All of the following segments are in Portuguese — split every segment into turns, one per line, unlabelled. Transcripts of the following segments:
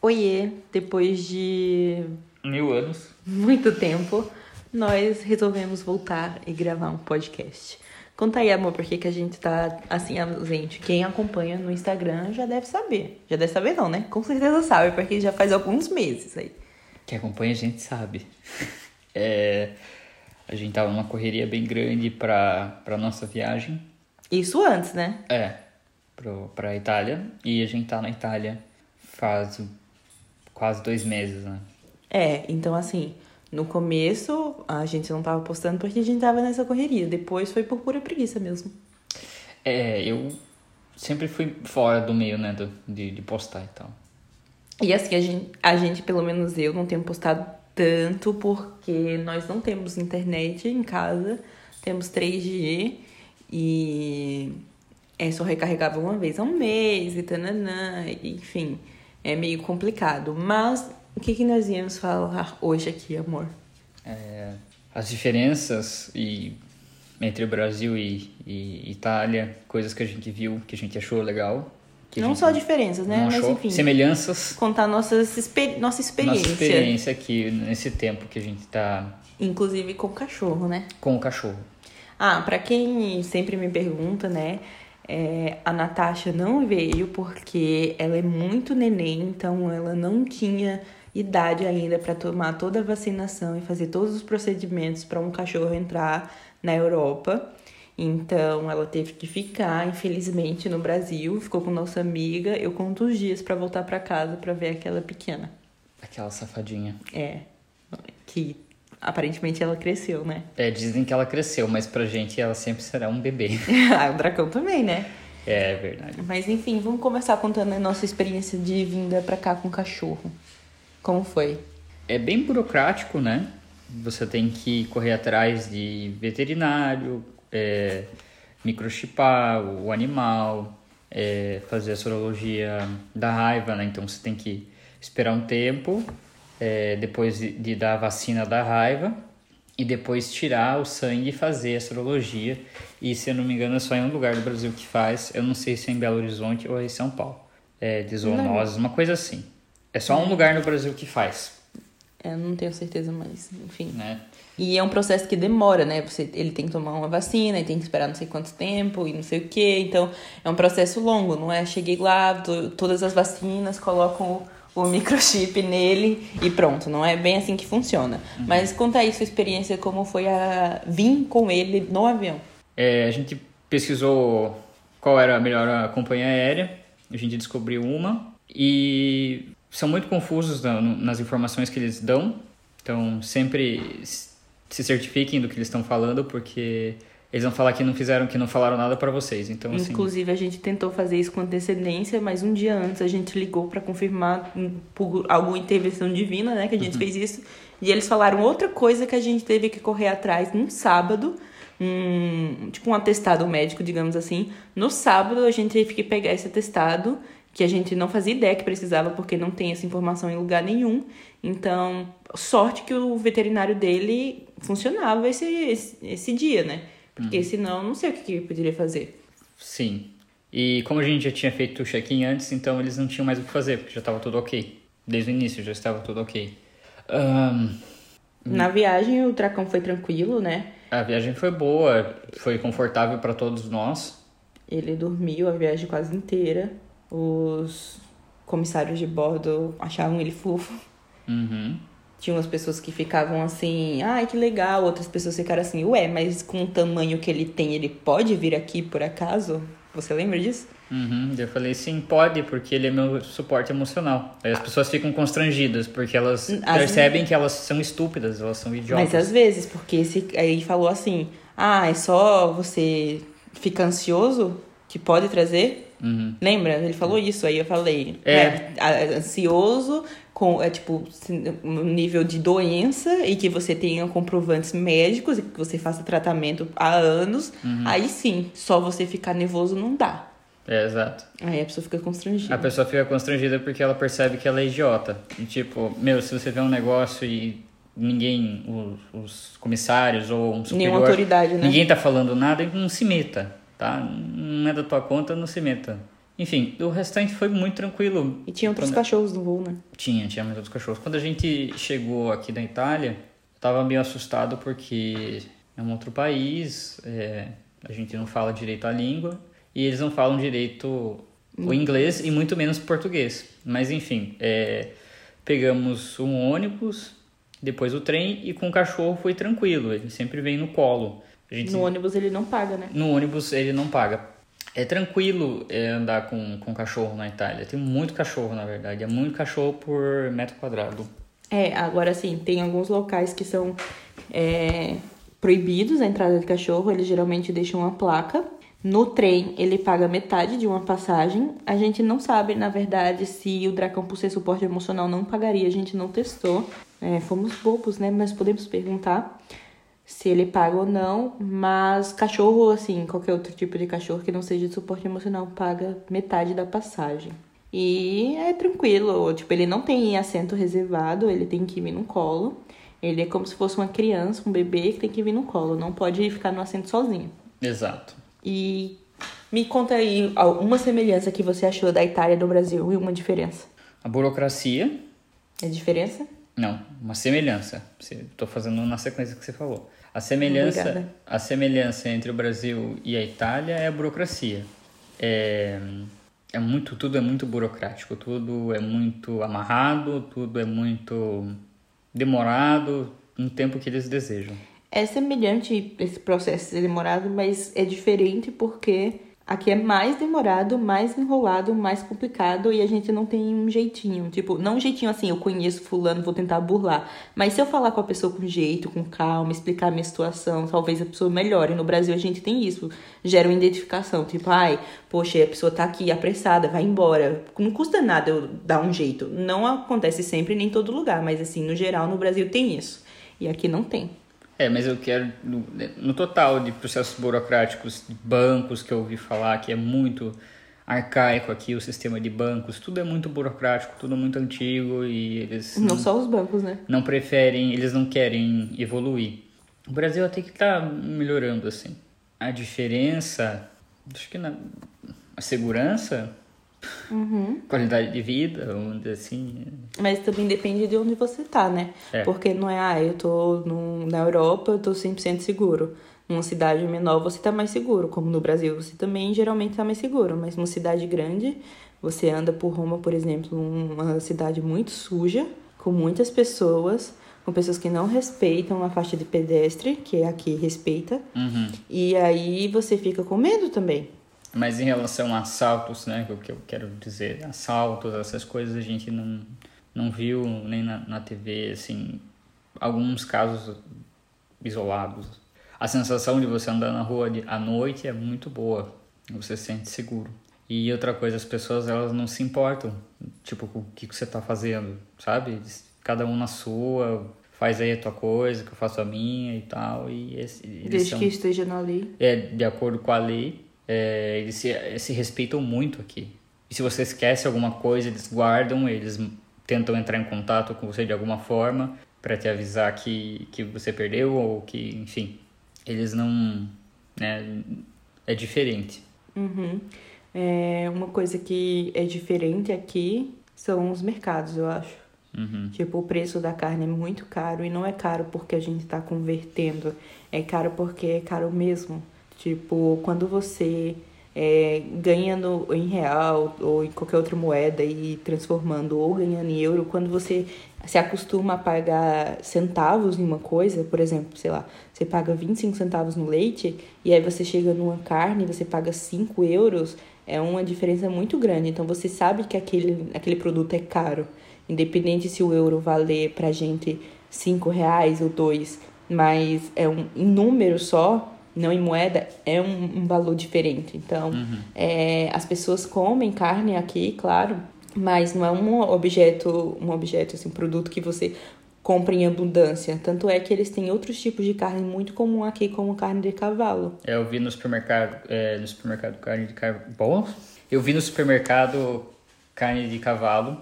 Oiê, depois de
Mil anos.
muito tempo, nós resolvemos voltar e gravar um podcast. Conta aí, amor, por que, que a gente tá assim ausente. Quem acompanha no Instagram já deve saber. Já deve saber não, né? Com certeza sabe, porque já faz alguns meses aí.
Quem acompanha a gente sabe. É, a gente tava numa correria bem grande pra, pra nossa viagem.
Isso antes, né?
É, pro, pra Itália. E a gente tá na Itália faz um, quase dois meses, né?
É, então assim, no começo a gente não tava postando porque a gente tava nessa correria. Depois foi por pura preguiça mesmo.
É, eu sempre fui fora do meio, né, do, de, de postar e tal.
E assim, a gente, a gente, pelo menos eu, não tenho postado tanto porque nós não temos internet em casa, temos 3G e é só recarregava uma vez ao mês e tananã, enfim, é meio complicado. Mas o que, que nós íamos falar hoje aqui, amor?
É, as diferenças e, entre o Brasil e, e Itália, coisas que a gente viu, que a gente achou legal. que a
não
gente
só diferenças, né?
não
Mas
achou.
enfim.
Semelhanças.
Contar nossas exper nossa experiência.
Nossa experiência aqui nesse tempo que a gente tá
Inclusive com o cachorro, né?
com o cachorro.
Ah, pra quem sempre me pergunta, né? é, a Natasha não veio porque ela é muito neném, então ela não tinha idade ainda pra tomar toda a vacinação e fazer todos os procedimentos pra um cachorro entrar na Europa. Então ela teve que ficar, infelizmente, no Brasil. Ficou com nossa amiga. Eu conto os dias pra voltar pra casa pra ver aquela pequena.
Aquela safadinha.
É, que aparentemente ela cresceu, né?
É, dizem que ela cresceu, mas pra gente ela sempre será um bebê.
ah, o Dracão também, né?
É verdade.
Mas enfim, vamos começar contando a nossa experiência de vinda pra cá com o cachorro. Como foi?
É bem burocrático, né? Você tem que correr atrás de veterinário, é, microchipar o animal, é, fazer a sorologia da raiva, né? Então você tem que esperar um tempo, é, depois de, de dar a vacina da raiva, e depois tirar o sangue e fazer a sorologia. E se eu não me engano, é só em um lugar do Brasil que faz, eu não sei se é em Belo Horizonte ou é em São Paulo. É, de zoonoses, uma coisa assim. É só um lugar no Brasil que faz
Eu não tenho certeza, mas enfim.
né?
E é um processo que demora, né? Você, ele tem que tomar uma vacina e tem que esperar não sei quanto tempo e não sei o quê. Então é um processo longo, não é? Cheguei lá, dou todas as vacinas, colocam o, o microchip nele e pronto. Não é bem assim que funciona. Mas conta aí sua experiência, como foi a vir com ele no avião.
É, a gente pesquisou qual era a melhor a companhia aérea, a gente descobriu uma e são muito confusos na- no- nas informações que eles dão, então sempre s- se certifiquem do que eles estão falando, porque eles vão falar que não fizeram, que não falaram nada para vocês, então assim,
Inclusive, a gente tentou fazer isso com antecedência, mas um dia antes a gente ligou pra confirmar hum, por alguma intervenção divina, né? Que a gente
Uhum.
fez isso. E eles falaram outra coisa que a gente teve que correr atrás num sábado, um, tipo um atestado médico, digamos assim. No sábado, a gente teve que pegar esse atestado, que a gente não fazia ideia que precisava, porque não tem essa informação em lugar nenhum. Então, sorte que o veterinário dele funcionava esse, esse, esse dia, né?
Uhum.
Porque senão, não sei o que, que ele poderia fazer.
sim. E como a gente já tinha feito o check-in antes, então eles não tinham mais o que fazer, porque já estava tudo ok. Desde o início já estava tudo ok. Ahn,
Na viagem o Tracão foi tranquilo, né?
a viagem foi boa, foi confortável para todos nós.
Ele dormiu a viagem quase inteira. Os comissários de bordo achavam ele fofo.
Uhum.
Tinha umas pessoas que ficavam assim, ai que legal, outras pessoas ficaram assim, ué, mas com o tamanho que ele tem, ele pode vir aqui por acaso? Você lembra disso?
Uhum. Eu falei, sim, pode, porque ele é meu suporte emocional. Aí as pessoas ficam constrangidas, porque elas
As-
percebem que elas são estúpidas, elas são idiotas.
Mas às vezes, porque esse aí falou assim, ah, é só você fica ansioso que pode trazer?
Uhum.
Lembra? Ele falou isso, aí eu falei.
É.
É. a- ansioso, com, é tipo, sin- um nível de doença e que você tenha comprovantes médicos e que você faça tratamento há anos.
Uhum.
Aí sim, só você ficar nervoso não dá.
É, exato.
Aí a pessoa fica constrangida.
A pessoa fica constrangida porque ela percebe que ela é idiota. E tipo, meu, se você vê um negócio e ninguém, os, os comissários ou um superior...
Nenhuma autoridade, né?
Ninguém tá falando nada, não se meta, tá? Não é da tua conta, não se meta. Enfim, o restante foi muito tranquilo.
E tinha outros
Quando-
cachorros no voo, né?
Tinha, tinha muitos cachorros. Quando a gente chegou aqui da Itália, eu tava meio assustado porque é um outro país, é, a gente não fala direito a língua e eles não falam direito o inglês e muito menos português. Mas enfim, é, pegamos um ônibus, depois o trem e com o cachorro foi tranquilo, ele sempre vem no colo. A gente
No ônibus ele não paga, né?
no ônibus ele não paga. É tranquilo é, andar com, com cachorro na Itália. Tem muito cachorro, na verdade. É muito cachorro por metro quadrado.
É, agora sim, tem alguns locais que são é, proibidos a entrada de cachorro, eles geralmente deixam uma placa. No trem, ele paga metade de uma passagem. A gente não sabe, na verdade, se o Dracão, por ser suporte emocional, não pagaria. A gente não testou. É, fomos bobos, né? Mas podemos perguntar se ele paga ou não. Mas cachorro, assim, qualquer outro tipo de cachorro que não seja de suporte emocional, paga metade da passagem. E é tranquilo, tipo, ele não tem assento reservado, ele tem que vir no colo. Ele é como se fosse uma criança, um bebê que tem que vir no colo, não pode ficar no assento sozinho.
Exato.
E me conta aí alguma semelhança que você achou da Itália e do Brasil e uma diferença.
A burocracia,
É diferença?
não, uma semelhança. Estou fazendo na sequência que você falou. A semelhança,
Obrigada.
a semelhança entre o Brasil e a Itália é a burocracia. É, é muito, tudo é muito burocrático, tudo é muito amarrado, tudo é muito demorado, no tempo que eles desejam.
É semelhante esse processo ser demorado, mas é diferente porque aqui é mais demorado, mais enrolado, mais complicado e a gente não tem um jeitinho. Tipo, não um jeitinho assim, eu conheço fulano, vou tentar burlar. Mas se eu falar com a pessoa com jeito, com calma, explicar a minha situação, talvez a pessoa melhore. No Brasil a gente tem isso, gera uma identificação. Tipo, ai, poxa, a pessoa tá aqui apressada, vai embora. Não custa nada eu dar um jeito. Não acontece sempre nem em todo lugar, mas assim, no geral no Brasil tem isso. E aqui não tem.
É, mas eu quero, no, no total de processos burocráticos, de bancos que eu ouvi falar que é muito arcaico aqui o sistema de bancos, tudo é muito burocrático, tudo é muito antigo e eles
Não só os bancos, né?
não preferem, eles não querem evoluir. O Brasil até que tá melhorando, assim. A diferença, acho que na a segurança, qualidade de vida, vamos dizer assim,
Mas também depende de onde você tá, né?
É.
Porque não é, ah, eu tô no, na Europa, eu tô 100% seguro. Numa cidade menor você tá mais seguro, como no Brasil você também geralmente tá mais seguro. Mas numa cidade grande, você anda por Roma, por exemplo, uma cidade muito suja, com muitas pessoas, com pessoas que não respeitam a faixa de pedestre, que é a que respeita. E aí você fica com medo também.
Mas em relação a assaltos, né, que eu- que eu quero dizer, assaltos, essas coisas a gente não, não viu nem na, na TV, assim, alguns casos isolados. A sensação de você andar na rua de- à noite é muito boa, você se sente seguro. E outra coisa, as pessoas elas não se importam, tipo, com o que, que você tá fazendo, sabe? Eles- Cada um na sua, faz aí a tua coisa, que eu faço a minha e tal, e esse, eles
Desde
são-
que esteja na lei.
é, de acordo com a lei, é, eles se, eh, se respeitam muito aqui. E se você esquece alguma coisa, eles guardam, eles m- tentam entrar em contato com você de alguma forma para te avisar que, que você perdeu ou que, enfim, eles não. Né, é diferente.
Uhum. É, uma coisa que é diferente aqui são os mercados, eu acho.
Uhum.
Tipo, o preço da carne é muito caro e não é caro porque a gente tá convertendo, é caro porque é caro mesmo. Tipo, quando você é, ganhando em real ou em qualquer outra moeda e transformando ou ganhando em euro, quando você se acostuma a pagar centavos em uma coisa, por exemplo, sei lá, você paga 25 centavos no leite e aí você chega numa carne e você paga 5 euros, é uma diferença muito grande. Então você sabe que aquele, aquele produto é caro, independente se o euro valer pra gente 5 reais ou 2, mas é um em número só, não em moeda, é um, um valor diferente. Então é, as pessoas comem carne aqui, claro, mas não é um objeto, um objeto, assim, um produto que você compra em abundância. Tanto é que eles têm outros tipos de carne muito comum aqui, como carne de cavalo.
É, Eu vi no supermercado, é, no supermercado carne de cavalo. Bom, eu vi no supermercado carne de cavalo.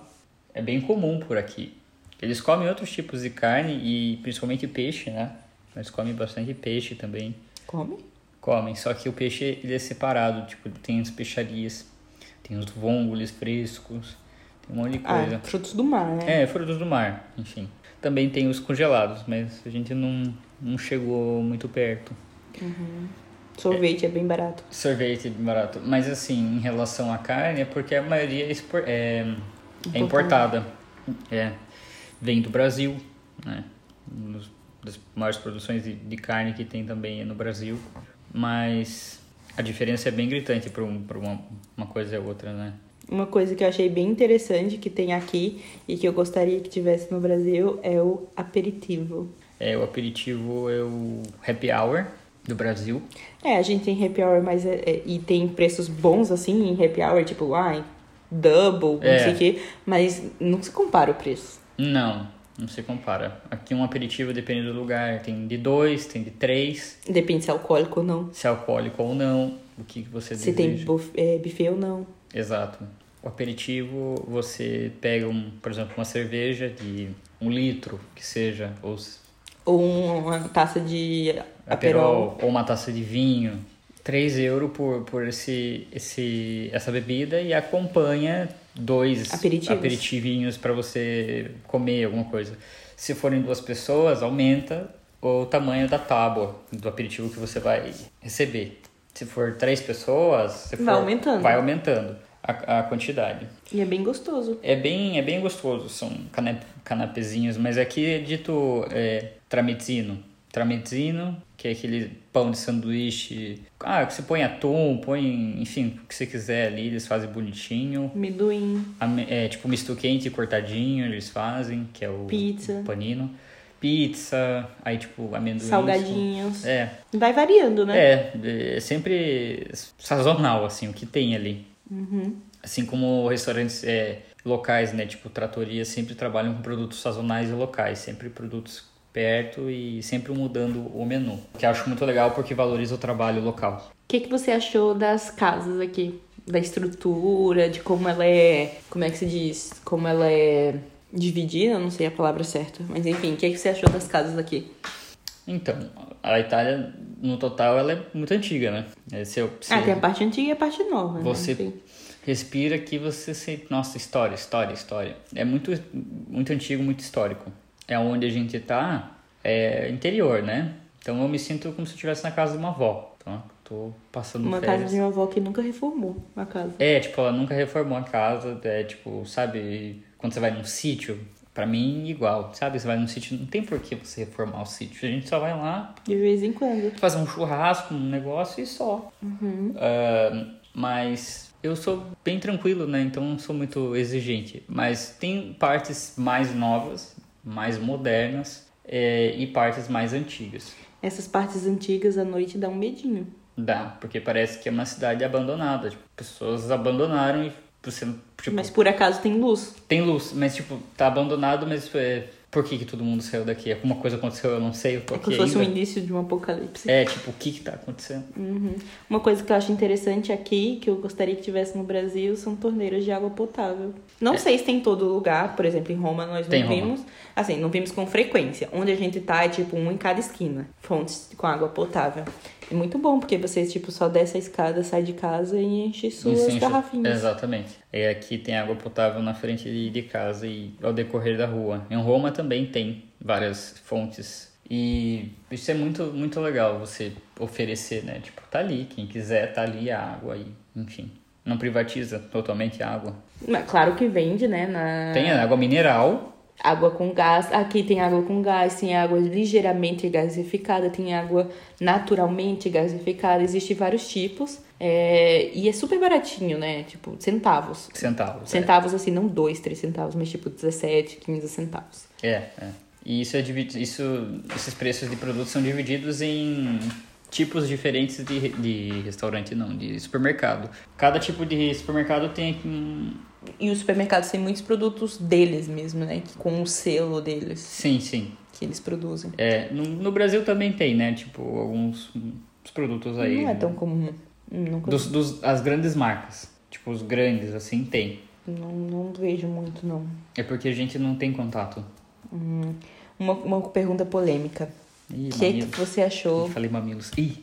É bem comum por aqui. Eles comem outros tipos de carne e principalmente peixe, né? Eles comem bastante peixe também.
Come?
Comem, só que o peixe ele é separado, tipo, tem as peixarias. Tem os vongules frescos, tem um monte de coisa.
Ah, frutos do mar, né?
É, frutos do mar, enfim. Também tem os congelados, mas a gente não, não chegou muito perto.
Uhum. Sorvete é bem barato.
Sorvete barato. Mas assim, em relação à carne, é porque a maioria é, expor- é- é
Importada.
importada. É. Vem do Brasil, né? Um dos- das maiores produções de, de carne que tem também é no Brasil. Mas a diferença é bem gritante para uma, uma coisa e outra, né?
Uma coisa que eu achei bem interessante que tem aqui e que eu gostaria que tivesse no Brasil é o aperitivo.
É, o aperitivo é o happy hour do Brasil.
É, a gente tem happy hour, mas é- é- e tem preços bons assim em happy hour, tipo, ai, double,
É.
não sei o quê, mas não se compara o preço.
Não, não se compara. Aqui um aperitivo depende do lugar. Tem de dois, tem de três.
Depende se é alcoólico ou não,
Se é alcoólico ou não. O que que você
se
deseja.
tem buf- é, buffet ou não.
Exato. O aperitivo, você pega, um, por exemplo, uma cerveja de um litro, que seja, ou s-
Ou uma taça de aperol.
aperol, ou uma taça de vinho. 3 euros por, por esse, esse, essa bebida e acompanha dois
Aperitivos.
aperitivinhos para você comer alguma coisa. Se forem duas pessoas, aumenta o tamanho da tábua do aperitivo que você vai receber. Se for três pessoas, se
Vai
for-
aumentando.
vai aumentando a- a quantidade.
E é bem gostoso.
É bem, é bem gostoso, são cana- canapezinhos, mas aqui é dito é, tramezzino. Tramezzino, que é aquele pão de sanduíche. Ah, que você põe atum, põe, enfim, o que você quiser ali, eles fazem bonitinho.
Amendoim,
Ame- É, tipo misto quente cortadinho, eles fazem, que é o
Pizza.
panino. Pizza, aí tipo amendoim.
salgadinhos.
É,
Vai variando, né?
é, é sempre sazonal, assim, o que tem ali.
Uhum.
Assim como restaurantes é, locais, né? Tipo, tratorias sempre trabalham com produtos sazonais e locais, sempre produtos perto e sempre mudando o menu. Que eu acho muito legal porque valoriza o trabalho local.
O que, que você achou das casas aqui? Da estrutura, de como ela é. Como é que se diz? Como ela é dividida, eu não sei a palavra certa. Mas enfim, o que, que você achou das casas aqui?
Então, a Itália, no total, ela é muito antiga, né? É, se eu- se-
Ah, tem a parte antiga e a parte nova, né?
Você
Enfim.
respira que você sente. Nossa, história, história, história. É muito, muito antigo, muito histórico. É onde a gente tá, é interior, né? Então eu me sinto como se eu estivesse na casa de uma avó. Então, eu tô passando
Uma
férias.
casa de um uma avó que nunca reformou a casa.
É, tipo, ela nunca reformou a casa, é tipo, sabe, quando você vai num sítio, pra mim igual, sabe? Você vai num sítio, não tem por que você reformar o sítio. A gente só vai lá,
De vez em quando.
fazer um churrasco, um negócio e só.
Uhum.
Ah, mas eu sou bem tranquilo, né? Então não sou muito exigente. Mas tem partes mais novas, mais modernas eh, e partes mais antigas.
Essas partes antigas à noite dá um medinho.
Dá, porque parece que é uma cidade abandonada. Tipo, pessoas abandonaram e você tipo,
Mas por acaso tem luz.
tem luz, mas tipo, tá abandonado, mas eh, por que, que todo mundo saiu daqui? Alguma coisa aconteceu, eu não sei, eu tô
É
aqui
como se fosse um
ainda.
início de um apocalipse.
É, tipo, o que que tá acontecendo?
Uhum. Uma coisa que eu acho interessante aqui, que eu gostaria que tivesse no Brasil, são torneiras de água potável. Não sei se tem em todo lugar, por exemplo, em Roma nós não
É. Tem em Roma.
vimos. Assim, não vimos com frequência. Onde a gente tá é tipo um em cada esquina. Fontes com água potável. É muito bom, porque você, tipo, só desce a escada, sai de casa e enche suas
Isso, enche-
garrafinhas.
Exatamente. E aqui tem água potável na frente de, de casa e ao decorrer da rua. Em Roma também tem várias fontes. E isso é muito, muito legal você oferecer, né? Tipo, tá ali, quem quiser tá ali a água e, enfim. Não privatiza totalmente a água.
Mas claro que vende, né? Na...
Tem a água mineral,
Água com gás, aqui tem água com gás, tem água ligeiramente gasificada, tem água naturalmente gasificada, existem vários tipos. é, e é super baratinho, né? Tipo, centavos.
centavos. é.
Centavos assim, não dois, três centavos, mas tipo 17, 15 centavos.
É, é. E isso é dividido, isso, esses preços de produtos são divididos em tipos diferentes de, re- de restaurante, não, de supermercado. Cada tipo de supermercado tem aqui um...
E os supermercados têm muitos produtos deles mesmo, né? que- Com o selo deles
Sim, sim.
que eles produzem.
É, no, no Brasil também tem, né? Tipo, alguns uns produtos aí.
Não é tão comum. Nunca,
dos, dos, as grandes marcas. Tipo, os grandes, assim, tem.
não, não vejo muito, não.
É porque a gente não tem contato.
Uma, uma pergunta polêmica.
Ih,
O que, que
mamilos.
você achou
Falei mamilos. Ih,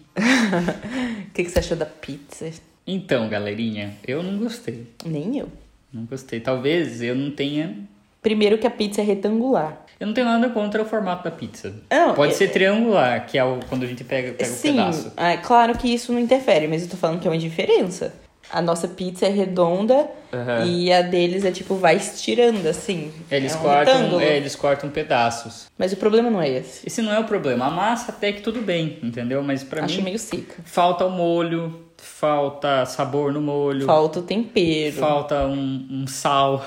O que, que você achou da pizza?
Então, galerinha, eu não gostei.
Nem eu.
Não gostei. Talvez eu não tenha.
Primeiro que a pizza é retangular.
Eu não tenho nada contra o formato da pizza.
Não,
Pode
eu-
ser triangular, que é o, quando a gente pega, pega o
Sim,
pedaço.
é claro que isso não interfere, mas eu tô falando que é uma diferença. A nossa pizza é redonda
Aham.
e a deles é tipo, vai estirando assim.
Eles,
é um
cortam,
retângulo.
é, eles cortam pedaços.
Mas o problema não é esse.
Esse não é o problema. A massa até que tudo bem, entendeu? Mas pra
Acho
mim
meio seca.
falta o molho, falta sabor no molho,
Falta o tempero.
falta um, um sal,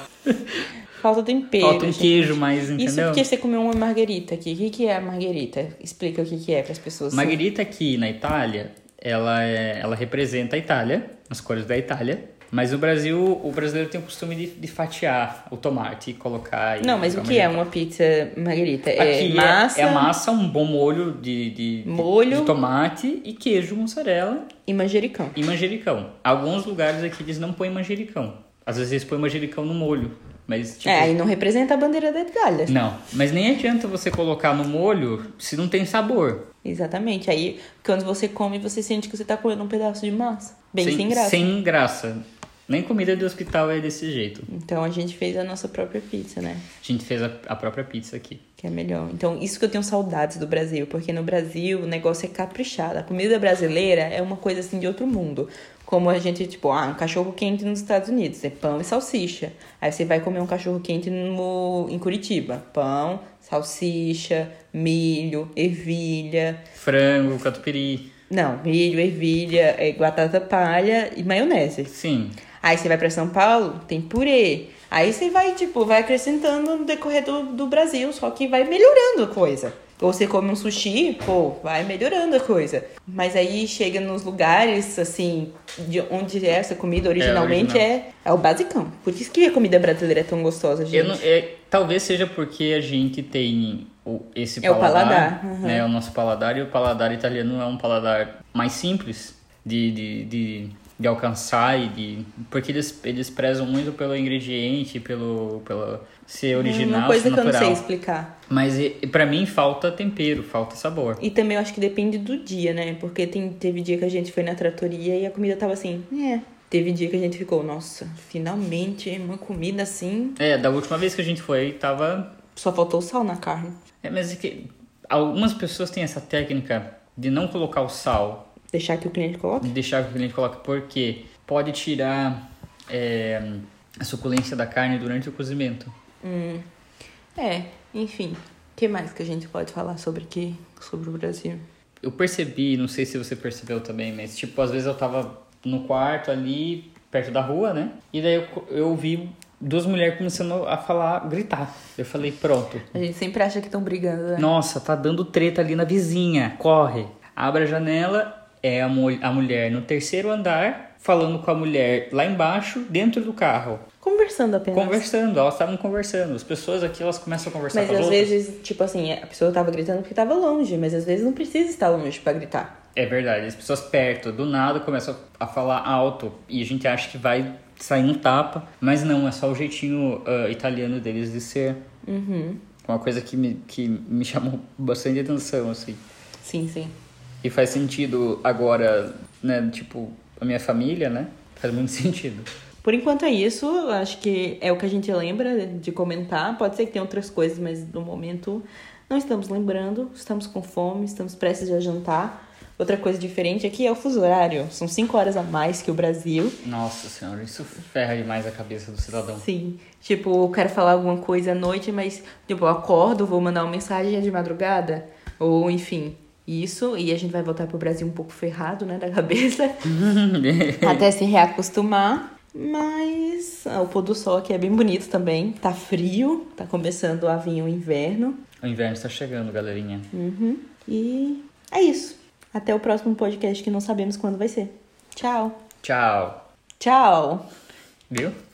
Falta o tempero.
falta um
gente.
queijo mais,
Isso
entendeu?
porque é você comeu uma margarita aqui. O que, que é a margarita? Explica o que, que é pras pessoas.
Margherita aqui na Itália, ela, é- ela representa a Itália, as cores da Itália. Mas no Brasil, o brasileiro tem o costume de, de fatiar o tomate e colocar... e
Não, mas o
ficar
que é
uma
uma pizza margarita?
Aqui
É massa,
é massa, um bom molho de, de, de-
Molho.
de tomate e queijo, mussarela
e manjericão.
e manjericão. Alguns lugares aqui eles não põem manjericão. Às vezes eles põem manjericão no molho, mas tipo...
É, aí não representa a bandeira da Itália.
Não, mas nem adianta você colocar no molho se não tem sabor.
Exatamente. Aí, quando você come, você sente que você tá comendo um pedaço de massa. Bem sem, graça.
Sem graça. Nem comida de hospital é desse jeito.
Então, a gente fez a nossa própria pizza, né?
A gente fez a, a própria pizza aqui.
Que é melhor. Então, isso que eu tenho saudades do Brasil, porque no Brasil o negócio é caprichado. A comida brasileira é uma coisa assim de outro mundo. Como a gente, tipo, ah, um cachorro quente nos Estados Unidos, é pão e salsicha. Aí você vai comer um cachorro quente no, em Curitiba. Pão, salsicha, milho, ervilha.
Frango, catupiry.
Não, milho, ervilha, é, batata palha e maionese.
Sim.
Aí você vai pra São Paulo, tem purê. Aí você vai, tipo, vai acrescentando no decorrer do, do Brasil, só que vai melhorando a coisa. Ou você come um sushi, pô, vai melhorando a coisa. Mas aí chega nos lugares, assim, de onde essa comida originalmente é,
original.
é, o basicão. Por isso que a comida brasileira é tão gostosa, gente.
Eu não- é, talvez seja porque a gente tem o, esse
É o
paladar,
paladar,
né? O nosso paladar e o paladar italiano é um paladar mais simples de, de, de, de alcançar e de porque eles, eles prezam muito pelo ingrediente, pelo, pelo ser original,
É Uma coisa
ser
que eu não
natural.
sei explicar.
Mas e- e pra mim falta tempero, falta sabor.
E também eu acho que depende do dia, né? Porque tem, teve dia que a gente foi na tratoria e a comida tava assim, é. Teve dia que a gente ficou, nossa, finalmente uma comida assim
É, da última vez que a gente foi, tava
Só faltou o sal na carne.
É, mas é que algumas pessoas têm essa técnica de não colocar o sal,
Deixar que o cliente coloque.
de deixar que o cliente coloque, porque pode tirar é, a suculência da carne durante o cozimento.
É, enfim. O que mais que a gente pode falar sobre que sobre o Brasil?
Eu percebi, não sei se você percebeu também, mas tipo, às vezes eu tava no quarto ali, perto da rua, né? E daí eu, co- eu ouvi duas mulheres começando a falar, gritar. Eu falei, pronto.
A gente sempre acha que estão brigando, né?
Nossa, tá dando treta ali na vizinha. Corre. Abre a janela, é a, mu- a mulher no terceiro andar, falando com a mulher lá embaixo, dentro do carro.
Conversando apenas.
Conversando, elas estavam conversando. As pessoas aqui, elas começam a conversar
Mas
com as
às
outras.
vezes, tipo assim, a pessoa tava gritando porque tava longe, mas às vezes não precisa estar longe pra gritar.
É verdade, as pessoas perto, do nada, começam a falar alto. E a gente acha que vai sair um tapa. Mas não, é só o jeitinho ah, italiano deles de ser.
Uhum.
Uma coisa que me, que me chamou bastante atenção, assim.
Sim, sim.
E faz sentido agora, né? Tipo, a minha família, né? Faz muito sentido.
Por enquanto é isso, eu acho que é o que a gente lembra de comentar. Pode ser que tenha outras coisas, mas no momento não estamos lembrando. Estamos com fome, estamos prestes a jantar. Outra coisa diferente aqui é o fuso horário. São cinco horas a mais que o Brasil.
Nossa senhora, isso ferra demais a cabeça do cidadão.
Sim. Tipo, eu quero falar alguma coisa à noite, mas, tipo, eu acordo, vou mandar uma mensagem é de madrugada. Ou, enfim, isso. E a gente vai voltar pro Brasil um pouco ferrado, né, da cabeça. Tá até se reacostumar. Mas ah, o pôr do sol aqui é bem bonito também. Tá frio, tá começando a vir o inverno.
o inverno está chegando, galerinha.
Uhum. E é isso. Até o próximo podcast que não sabemos quando vai ser. Tchau.
Tchau.
Tchau.
Viu?